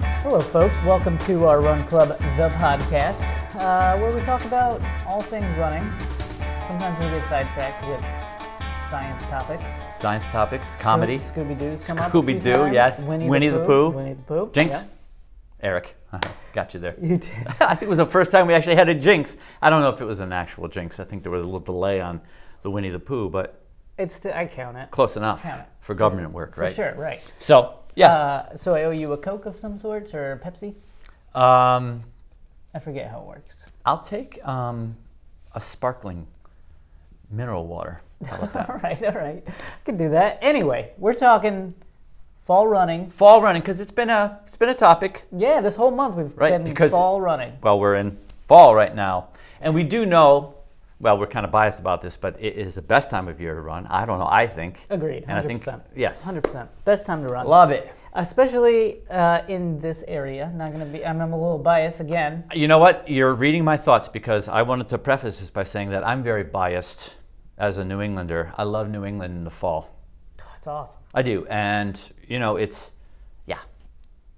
Hello, folks. Welcome to our Run Club, the podcast, uh, where we talk about all things running. Sometimes we get sidetracked with science topics. Science topics, comedy, Scooby Doo's come up. a few Scooby-Doo, times. yes. Winnie, Winnie the, the Pooh. Pooh. Winnie the Pooh. jinx. yeah. Eric, uh-huh, got you there. You did. I think it was the first time we actually had a jinx. I don't know if it was an actual jinx. I think there was a little delay on the Winnie the Pooh, but It's the, I count it. close enough Count it. for government work, right? Sure, right. So, yes. Uh, so I owe you a Coke of some sorts or Pepsi. um, I forget how it works. I'll take um, a sparkling mineral water. How about that? All right, all right. I can do that. Anyway, we're talking fall running. Fall running, because it's been a it's been a topic. Yeah, this whole month we've Right, been because- fall running. Well, we're in fall right now, and we do know. Well, we're kind of biased about this, but it is the best time of year to run. I don't know. I think. Agreed. 100%. And I think yes. Hundred percent. Best time to run. Love it. Especially uh, in this area. Not gonna be. I'm, I'm a little biased again. You know what? You're reading my thoughts because I wanted to preface this by saying that I'm very biased as a New Englander. I love New England in the fall. That's Oh, awesome. I do. And, you know, it's, yeah.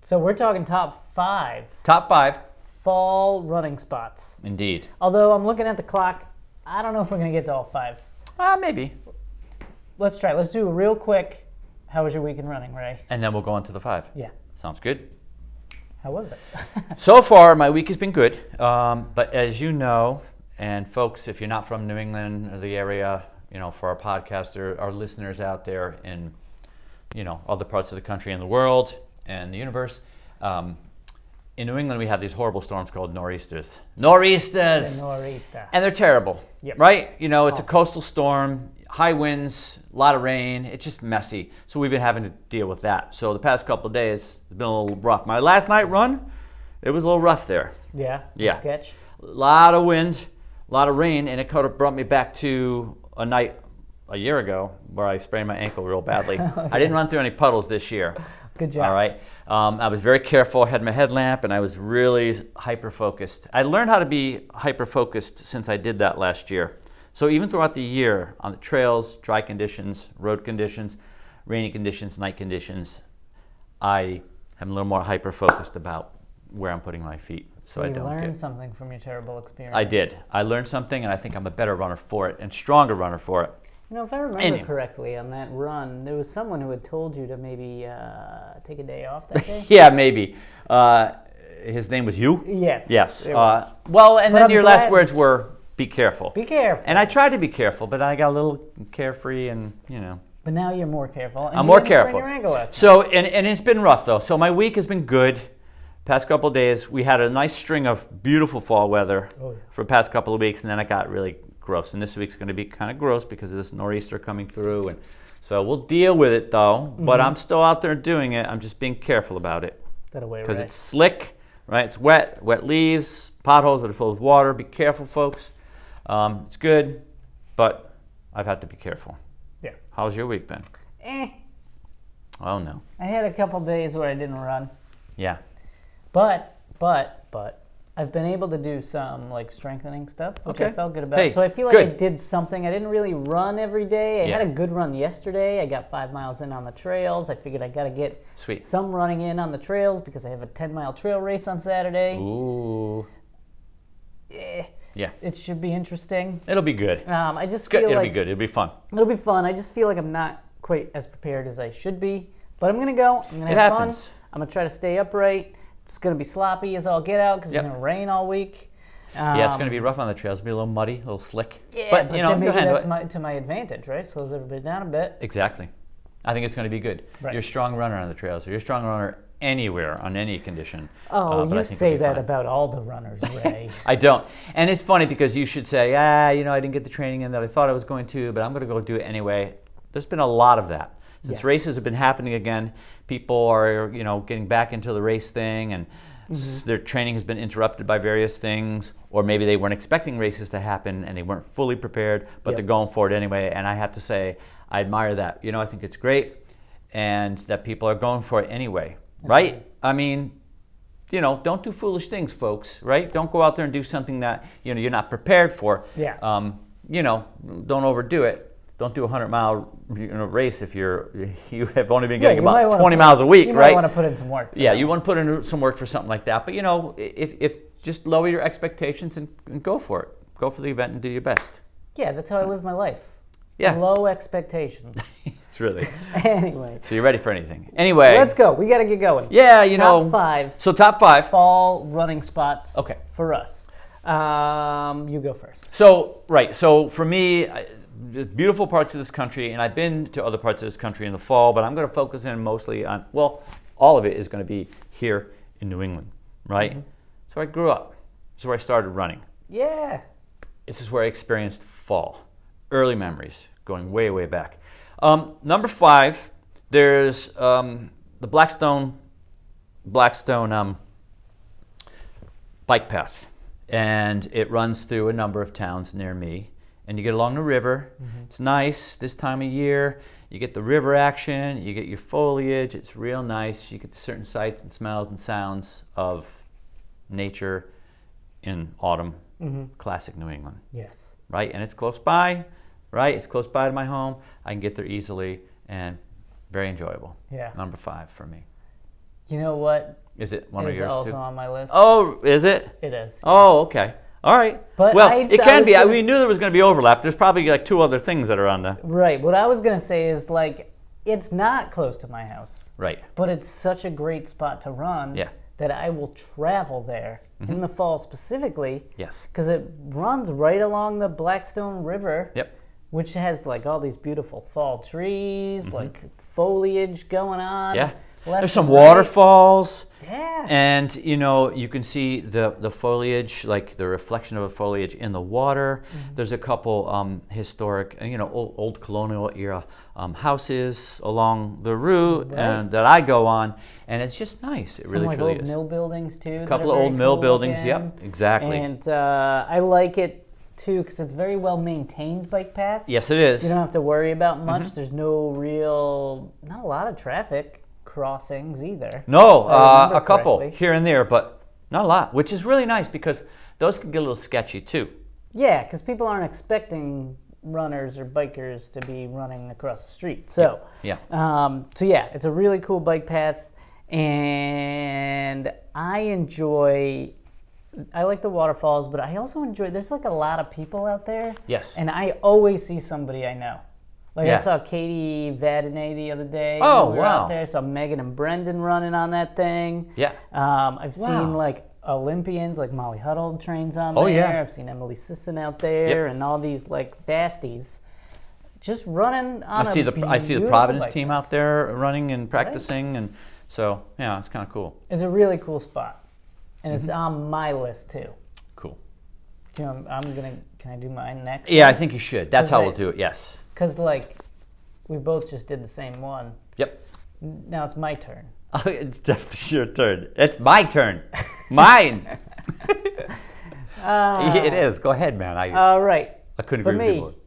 So we're talking top five Top five. fall running spots. Indeed. Although I'm looking at the clock, I don't know if we're gonna get to all five. Ah, maybe. Let's try. it. Let's do a real quick. How was your weekend running, Ray? And then we'll go on to the five. Yeah. Sounds good. How was it? So far, my week has been good. Um, but as you know, and folks, if you're not from New England or the area, you know, for our podcast or our listeners out there in, you know, other parts of the country and the world and the universe, um, in New England we have these horrible storms called nor'easters. Nor'easters, Nor'easter. and they're terrible, Yep. right? You know, it's a coastal storm, high winds, a lot of rain. It's just messy. So we've been having to deal with that. So the past couple of days has been a little rough. My last night run, it was a little rough there Yeah. Yeah. Sketch. lot of wind, a lot of rain, and it kind of brought me back to a night a year ago where I sprained my ankle real badly. I didn't run through any puddles this year. Good job. All right. Um, I was very careful. I had my headlamp, and I was really hyper focused. I learned how to be hyper focused since I did that last year. So even throughout the year, on the trails, dry conditions, road conditions, rainy conditions, night conditions, I am a little more hyper focused about where I'm putting my feet, so, I you don't learned get something from your terrible experience. I did. I learned something, and I think I'm a better runner for it and stronger runner for it. You know, if I remember Anyway. correctly, on that run, there was someone who had told you to maybe uh, take a day off that day. Yeah, maybe. Uh, his name was you. yes. Yes. it was. Uh, well, and then I'm your glad- last words were "be careful." Be careful. and I tried to be careful, but I got a little carefree, and you know. but now you're more careful. and I'm you more didn't sprain careful. Your ankle last night. So, and, and it's been rough though. So my week has been good. Past couple of days, we had a nice string of beautiful fall weather Oh, yeah. for the past couple of weeks, and then it got really gross. And this week's going to be kind of gross because of this nor'easter coming through, and so we'll deal with it though. But Mm-hmm. I'm still out there doing it. I'm just being careful about it that away, because Ray. it's slick, right? It's wet, wet leaves, potholes that are full of water. Be careful, folks. Um, it's good, but I've had to be careful. yeah. How's your week been? Eh. Oh no, I had a couple days where I didn't run, yeah. but but but I've been able to do some like strengthening stuff, which I Okay. felt good about. Hey, so I feel like I good. did something. I didn't really run every day. I Yeah. had a good run yesterday. I got five miles in on the trails. I figured I got to get Sweet. some running in on the trails because I have a 10 mile trail race on Saturday. Ooh. Eh, Yeah. it should be interesting. It'll be good. Um, I just Good. feel It'll like be good. It'll be fun. it'll be fun. I just feel like I'm not quite as prepared as I should be, but I'm gonna go. I'm gonna It have happens. fun. I'm gonna try to stay upright. It's gonna be sloppy as all get out because Yep. it's gonna rain all week. Yeah, it's going Um, to be rough on the trails. It'll be a little muddy, a little slick. Yeah, but, you know, then you'll maybe handle that's it. my, to my advantage, right? Slows everybody down a bit. exactly. I think it's going to be good. Right. You're a strong runner on the trails. You're a strong runner anywhere on any condition. Oh, Uh, but I you think it'll say be that fine. about all the runners, Ray. I don't. And it's funny because you should say, ah, you know, I didn't get the training in that I thought I was going to, but I'm going to go do it anyway. There's been a lot of that. Since Yes. races have been happening again, people are, you know, getting back into the race thing and Mm-hmm. s their training has been interrupted by various things, or maybe they weren't expecting races to happen and they weren't fully prepared, but Yep. they're going for it anyway. And I have to say, I admire that. You know, I think it's great and that people are going for it anyway, right? I mean, you know, don't do foolish things, folks. Right? Don't go out there and do something that you know you're not prepared for. Yeah. Um, you know, don't overdo it. don't do a hundred mile you know, race if you're you have only been Yeah, getting you might about wanna twenty put- miles a week, you right? want to put in some work. for yeah, that. you want to put in some work for something like that. But you know, i- if if just lower your expectations and, and go for it. Go for the event and do your best. Yeah, that's how I live my life. Yeah, Low expectations. it's really. anyway, So you're ready for anything? Anyway, let's go. We got to get going. yeah, you Top know. five So top five. fall running spots. Okay. For us, um, you go first. So right. So for me, I, the beautiful parts of this country, and I've been to other parts of this country in the fall, but I'm going to focus in mostly on. Well, all of it is going to be here in New England, right? So I grew up. This is where I started running. Yeah. This is where I experienced fall. Early memories, going way, way back. Um, number five, there's um, the Blackstone, Blackstone um, bike path, and it runs through a number of towns near me. And you get along the river. It's nice this time of year. You get the river action. You get your foliage. It's real nice. You get the certain sights and smells and sounds of nature in autumn, classic New England Yes. right? And it's close by, right? It's close by to my home. I can get there easily and very enjoyable. Yeah. Number five for me. You know what? Is it one of It's yours also too? on my list. Oh, is it? It is. Oh, okay. All right. But well, I- it I can was be. I gonna- we knew there was going to be overlap. There's probably like two other things that are on the Right. What I was gonna say is like, it's not close to my house, right. but it's such a great spot to run. Yeah. Mm-hmm. That I will travel there in the fall specifically Yes. because it runs right along the Blackstone River. Yep. Which has like all these beautiful fall trees, like foliage going on. Mm-hmm. Yeah. left There's some and right. waterfalls. Yeah. And you know, you can see the, the foliage, like the reflection of the foliage in the water. Mm-hmm. There's a couple um, historic, uh, you know, old, old colonial era um, houses along the route and that I go on, and it's just nice. It Some, really like truly old is. mill buildings too. a couple of old mill buildings. Yep, exactly. And uh, I like it too because it's very well maintained bike path. yes, it is. You don't have to worry about much. Mm-hmm. There's no real, not a lot of traffic crossings either. No, uh, remember a couple correctly. here and there, but not a lot, which is really nice because those can get a little sketchy too. Yeah, because people aren't expecting runners or bikers to be running across the street. So, Yeah. Um, so yeah, it's a really cool bike path, and I enjoy. I like the waterfalls, but I also enjoy. There's like a lot of people out there. Yes. And I always see somebody I know. Like Yeah. I saw Katie Vadinay the other day. Oh, when we were out wow. there. Saw Megan and Brendan running on that thing. Yeah. Um, I've seen Wow. like Olympians, like Molly Huddle trains on Oh, there. yeah. I've seen Emily Sisson out there, and all these like fasties, just running on. I see the I see the beautiful Providence bike. team out there running and practicing, and so yeah, it's kind of cool. It's a really cool spot, and Mm-hmm. it's on my list too. Cool. Do you know, I'm, I'm gonna. Can I do mine next? Yeah, I think you should. That's how Okay. we'll do it. Yes. Because like, we both just did the same one. Yep. Now it's my turn. it's definitely your turn. It's my turn. Mine. Uh, it is. Go ahead, man. I, all right. I couldn't For agree me, with you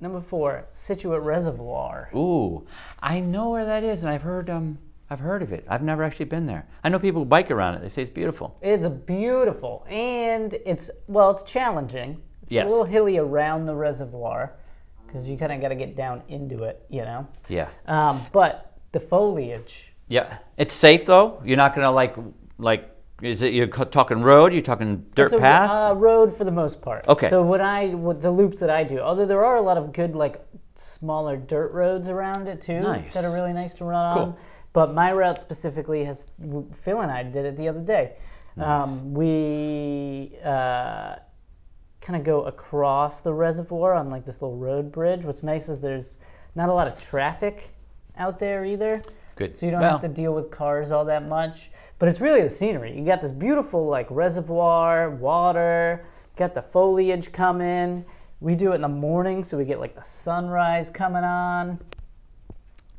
number four, Situate Reservoir. more. Ooh, I know where that is, and I've heard um I've heard of it. I've never actually been there. I know people who bike around it. They say it's beautiful. It's beautiful, and it's well, it's challenging. It's Yes. a little hilly around the reservoir because you kind of got to get down into it, you know. Yeah. Um, but the foliage, Yeah. It's safe though. You're not gonna like like. Is it you're c- talking road? You're talking dirt it's a path? Uh, road for the most part. Okay. So what I what the loops that I do, although there are a lot of good like smaller dirt roads around it too Nice. that are really nice to run on. Cool. But my route specifically has w- Phil and I did it the other day. Um, we uh, kind of go across the reservoir on like this little road bridge. What's nice is there's not a lot of traffic out there either. Good. So you don't Well- have to deal with cars all that much. But it's really the scenery. You got this beautiful like reservoir, water, got the foliage coming. We do it in the morning so we get like the sunrise coming on.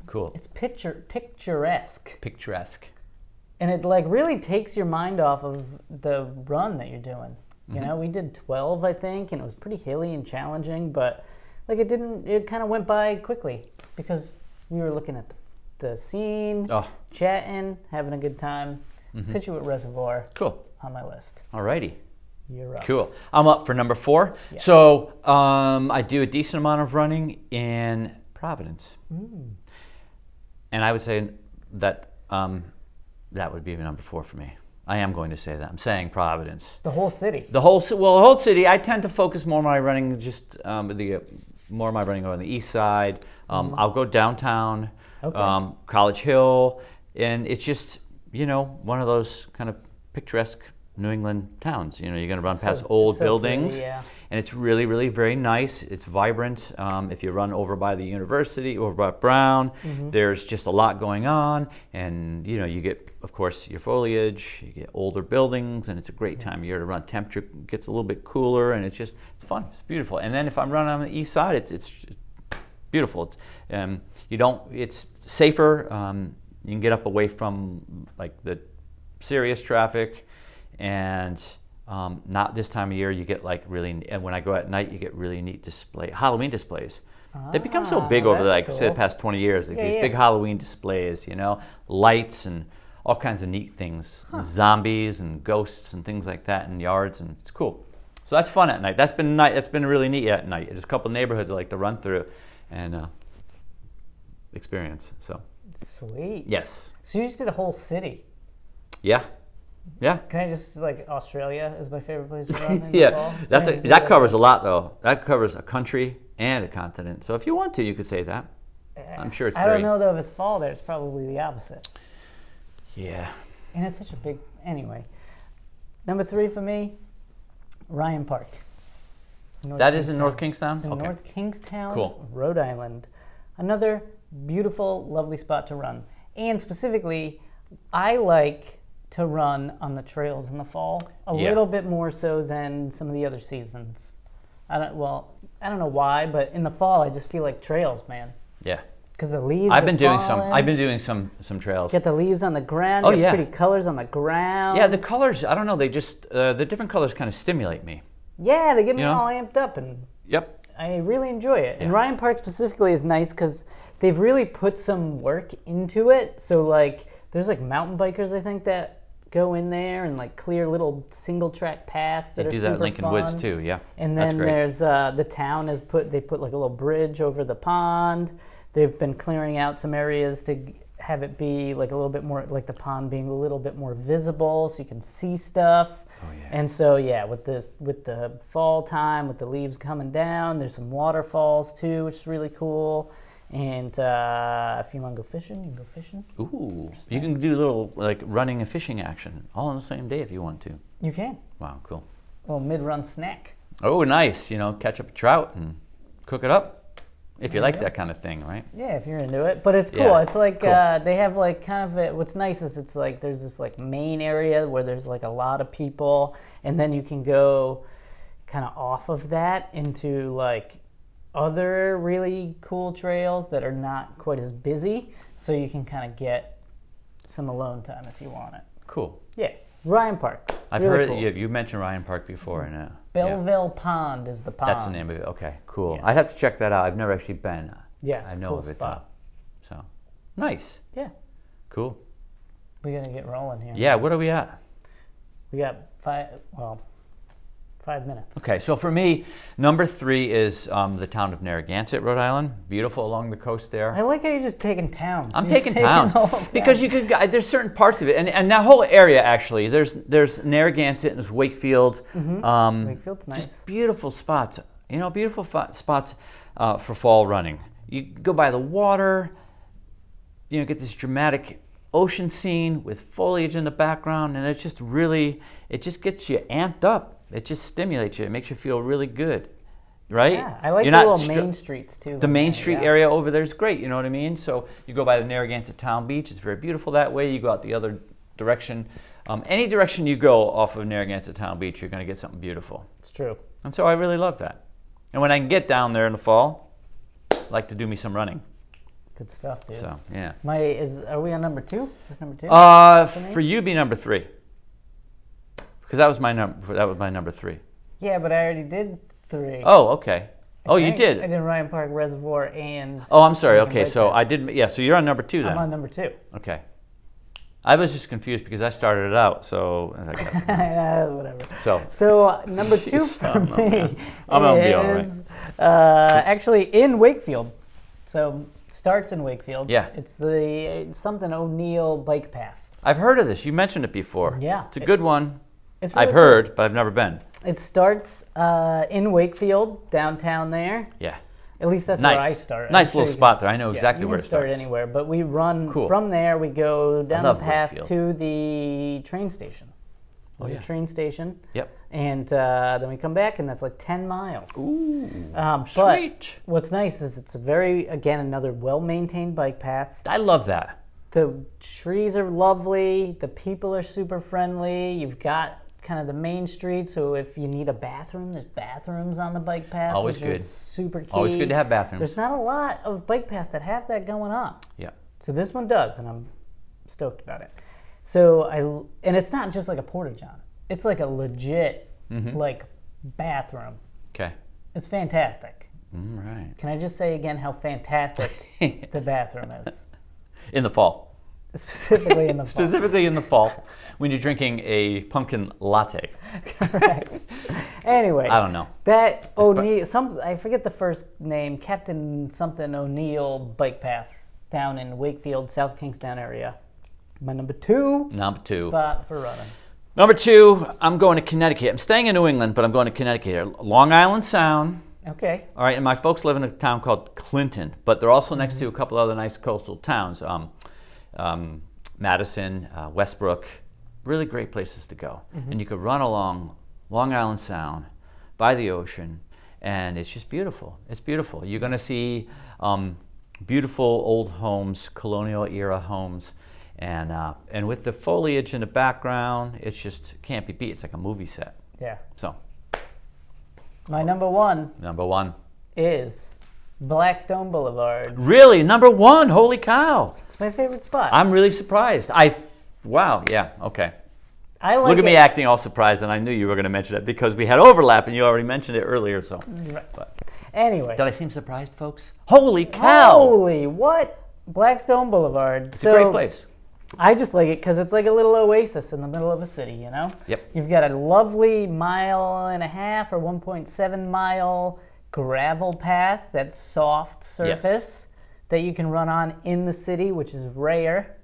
Cool. It's picture picturesque. picturesque. And it like really takes your mind off of the run that you're doing. You know, we did 12 I think and it was pretty hilly and challenging, but like it didn't it kind of went by quickly because we were looking at the, the scene Oh, Mm-hmm. chatting, having a good time. Situate Reservoir cool. on my list. Alrighty. You're up. Cool. I'm up for number four. So um, I do a decent amount of running in Providence, Mm. and I would say that um, that would be number four for me. I am going to say that. I'm saying Providence. The whole city. The whole ci- well, the whole city. I tend to focus more on my running just um, the uh, more of my running on the east side. Um, I'll go downtown, Mm-hmm. Okay. um, College Hill, and it's just you know one of those kind of picturesque New England towns. You know, you're going to run past so- old so pretty, buildings, yeah. and it's really, really very nice. It's vibrant. Um, if you run over by the university, over by Brown, there's just a lot going on, and you know you get, of course, your foliage, you get older buildings, and it's a great time of year to run. Temperature gets a little bit cooler, and it's just it's fun. It's beautiful. And then if I'm running on the east side, it's it's beautiful. It's um, you don't. It's safer. Um, you can get up away from like the serious traffic, and um, not this time of year. You get like really. And when I go at night, you get really neat display Halloween displays. they become so Ah, big over that's like say the cool. past 20 years. Like Yeah, these yeah. big Halloween displays, you know, lights and all kinds of neat things, zombies and ghosts and things like that in yards, and it's cool. So that's fun at night. That's been night. That's been really neat at night. There's a couple neighborhoods I like to run through, and uh, experience. So Sweet. yes, So you just did a whole city. yeah, yeah, Can I just like Australia is my favorite place to run? in the fall? yeah. That's Can I a, just do that covers a lot though. That covers a country and a continent. So if you want to, you could say that. I'm sure it's I very don't know though if it's fall there. It's probably the opposite. yeah. And it's such a big anyway. Number three for me, Ryan Park. North That is in North Kingstown. It's in okay. North Kingstown, Cool. Rhode Island. Another beautiful, lovely spot to run. And specifically, I like to run on the trails in the fall a Yeah. little bit more so than some of the other seasons. I don't well, I don't know why, but in the fall I just feel like trails, man, Yeah. because the leaves. I've are been doing some. falling. I've been doing some some trails. get the leaves on the ground. Oh, get yeah. pretty colors on the ground. Yeah, the colors. I don't know. They just uh, the different colors kind of stimulate me. yeah, they get me You know? all amped up and Yep. I really enjoy it. And Yeah. Ryan Park specifically is nice because they've really put some work into it. So like, there's like mountain bikers I think that go in there and like clear little single track paths that They are do that super at Lincoln Woods fun. too. Yeah. And That's then great. there's uh, the town has put they put like a little bridge over the pond. They've been clearing out some areas to g- have it be like a little bit more like the pond being a little bit more visible so you can see stuff. Oh, yeah. And so yeah, with this with the fall time, with the leaves coming down, there's some waterfalls too, which is really cool. And uh, if you want to go fishing, you can go fishing. Ooh. You can do little like running and fishing action all on the same day if you want to. You can. Wow. Cool. Well, mid-run snack. Oh, nice. You know, catch up a trout and cook it up, if you like that kind of thing, right? Yeah, if you're into it, but it's cool. Yeah, It's like cool. uh, they have like kind of a, what's nice is it's like there's this like main area where there's like a lot of people, and then you can go kind of off of that into like other really cool trails that are not quite as busy, so you can kind of get some alone time if you want it. Cool. Yeah, Ryan Park. I've really heard cool. you, you mentioned Ryan Park before, and uh, yeah. Belleville Pond is the pond. that's the name of it. Okay. Cool. Yeah. I'd have to check that out. I've never actually been. Yeah, it's I a know cool of it spot. though. So, nice. Yeah, Cool. we gotta get rolling here. Yeah. What are we at? we got five. Well, five minutes. Okay, so for me, number three is um, the town of Narragansett, Rhode Island. Beautiful along the coast there. I like how you're just taking towns. I'm You're taking towns all towns. because you could. I- There's certain parts of it, and, and that whole area actually. There's there's Narragansett and there's Wakefield. Um, Mm-hmm. Wakefield's nice. Just beautiful spots. You know, beautiful fa- spots uh, for fall running. You go by the water. You know, get this dramatic ocean scene with foliage in the background, and it just really it just gets you amped up. It just stimulates you. It makes you feel really good, right? yeah, I like You're the not little stra- main streets too. the in there, main street yeah. area over there is great. You know what I mean? So you go by the Narragansett Town Beach. It's very beautiful that way. You go out the other direction. Um, any direction you go off of Narragansett Town Beach, you're going to get something beautiful. It's true. And so I really love that. And when I can get down there in the fall, I like to do me some running. Good stuff, dude. So yeah. My is are we on number two? Is this number two? Uh, for you, be number three. Because that was my number. That was my number three. yeah, but I already did three. Oh, okay. Oh, I you think I did. did Ryan Park Reservoir and Oh, I'm sorry. Lincoln Okay, so Lake. I did. Yeah, so you're on number two I'm then. on number two. Okay. I was just confused because I started it out, so I was like, Uh, Oh. Whatever. so So uh, number two Jeez, for I'm not me I'm gonna be all right. is uh, actually in Wakefield. So starts in Wakefield. Yeah. It's the it's something O'Neill bike path. I've heard of this. You mentioned it before. Yeah. it's a good one. It's I've really cool. heard, but I've never been. It starts uh, in Wakefield, downtown there. Yeah, At least that's where I nice, start. I'm nice sure little you can- spot there. I know yeah, exactly you where can it start starts. anywhere, but we run Cool. from there. We go down the love path Wakefield. Oh, to the train station. There's yeah. a train station, Yep. and uh, then we come back, and that's like ten miles. Ooh, Um, but sweet. what's nice is it's a very, again, another well-maintained bike path. I love that. The trees are lovely. The people are super friendly. You've got kind of the main street, so if you need a bathroom, there's bathrooms on the bike path. Always which is good. super key. Always good to have bathrooms. There's not a lot of bike paths that have that going on. Yeah. So this one does, and I'm stoked about it. So I and it's not just like a porta john. It's like a legit Mm-hmm. like bathroom. Okay. It's fantastic. All right. Can I just say again how fantastic the bathroom is, in the fall, specifically in the fall? specifically in the fall, when you're drinking a pumpkin latte. Right. Anyway, I don't know. that O'Neill, some I forget the first name, Captain something O'Neill bike path down in Wakefield, South Kingstown area. My number two Number two. spot for running. Number two, I'm going to Connecticut. I'm staying in New England, but I'm going to Connecticut. here. Long Island Sound. Okay. All right, and my folks live in a town called Clinton, but they're also next to a couple other nice coastal towns um, um, Madison, uh, Westbrook, really great places to go. And you could run along Long Island Sound by the ocean, and it's just beautiful. It's beautiful. You're going to see um, beautiful old homes, colonial era homes. And, uh, and with the foliage in the background, it's just can't be beat. It's like a movie set. Yeah. So, My number one number one. is Blackstone Boulevard. Really, number one. Holy cow. It's my favorite spot. I'm really surprised. I, wow, yeah, okay. I like Look at me it- acting all surprised, and I knew you were going to mention it because we had overlap, and you already mentioned it earlier. So, Mm. but Anyway. did I seem surprised, folks? Holy cow! Holy what? Blackstone Boulevard. It's a great place. I just like it because it's like a little oasis in the middle of a city, you know? Yep. You've got a lovely mile and a half or 1.7 mile gravel path that's soft surface that you can run on in the city, which is rare.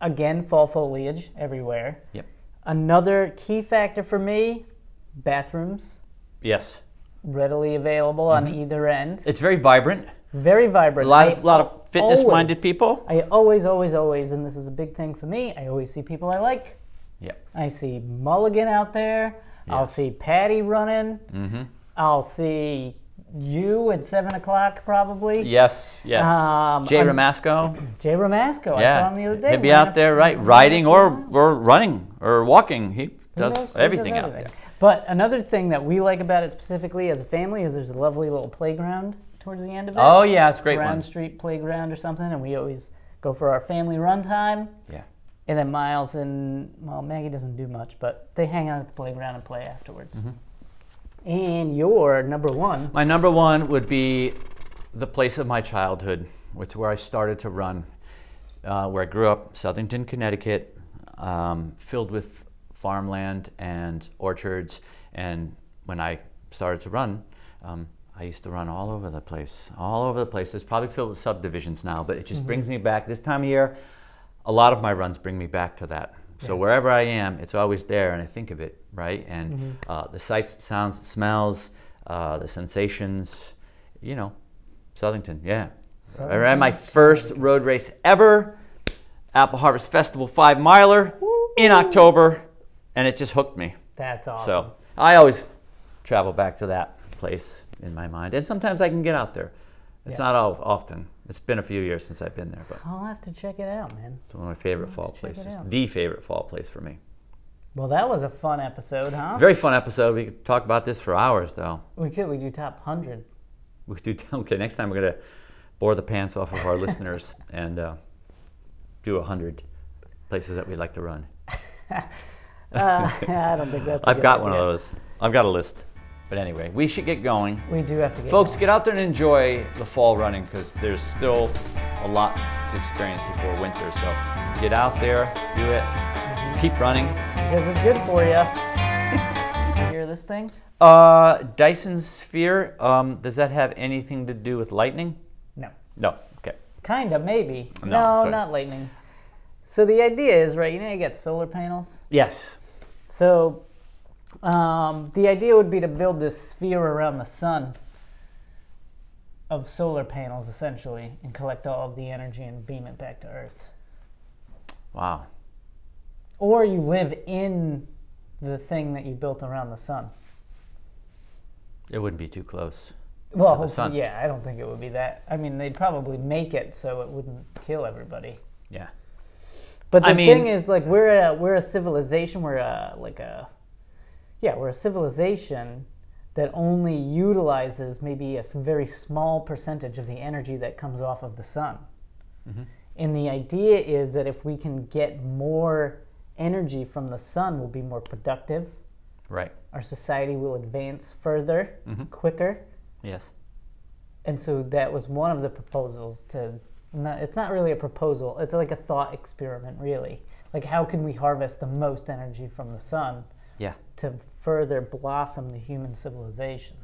Again, fall foliage everywhere. Yep. Another key factor for me bathrooms, Yes, readily available on either end. it's very vibrant. Very vibrant. Mm-hmm. A lot, I of, lot of fitness-minded always- people. I always, always, always, and this is a big thing for me, I always see people I like. Yep. I see Mulligan out there. I'll Yes. Mm-hmm. see Patty running. I'll see you at seven o'clock probably. Yes. Yes. Um, Jay I'm- Ramasco. Jay Ramasco. I yeah. saw him the other day. He'd be running out a- there, right, running a riding few or miles. or running or walking. He Who does knows? He everything out everything. there. But another thing that we like about it specifically as a family is there's a lovely little playground towards the end of it. Oh yeah, it's a great Brown one. Street Playground or something, and we always go for our family run time. Yeah. And then Miles and well, Maggie doesn't do much, but they hang out at the playground and play afterwards. Mm-hmm. And your number one. My number one would be the place of my childhood, which is where I started to run, uh, where I grew up, Southington, Connecticut, um, filled with farmland and orchards. And when I started to run, um, I used to run all over the place, all over the place. It's probably filled with subdivisions now, but it just brings me back. This time of year, a lot of my runs bring me back to that. So wherever I am, it's always there, and I think of it, right? And Mm-hmm. uh, the sights, the sounds, the smells, uh, the sensations, you know, Southington, yeah. I ran my first road race ever, Apple Harvest Festival five miler in October, and it just hooked me. That's awesome. So I always travel back to that place in my mind, and sometimes I can get out there. It's Yeah. not all often. It's been a few years since I've been there, but. I'll have to check it out, man. It's one of my favorite fall to check it places. out. The favorite fall place for me. Well, that was a fun episode, huh? Very fun episode. We could talk about this for hours, though. we could we do top hundred. We could do okay. Next time we're gonna bore the pants off of our listeners and uh, do a hundred places that we'd like to run. Uh, I don't think that's. i I've got one of those. I've got a list. But anyway, we should get going, We do have to get folks. Get out there and enjoy the fall running because there's still a lot to experience before winter. So get out there, do it, Mm-hmm. keep running. Because it's good for you. you hear this thing? Uh, Dyson Sphere, um, does that have anything to do with lightning? No. No. Okay. Kinda, maybe. No, No, sorry. not lightning. So the idea is, right? You know, you got solar panels. Yes. So um, the idea would be to build this sphere around the sun of solar panels, essentially, and collect all of the energy and beam it back to Earth. Wow. Or you live in the thing that you built around the sun. It wouldn't be too close. Well, the sun. hopefully- yeah, I don't think it would be that. I mean, they'd probably make it so it wouldn't kill everybody. Yeah. But the I thing mean- is, like, we're a we're a civilization. We're a like a yeah, we're a civilization that only utilizes maybe a s- very small percentage of the energy that comes off of the sun. Mm-hmm. And the idea is that if we can get more energy from the sun, we'll be more productive. Right. Our society will advance further, quicker. Yes. And so that was one of the proposals to. Not, it's not really a proposal. It's like a thought experiment, really. Like, how can we harvest the most energy from the sun Yeah. to further blossom the human civilization?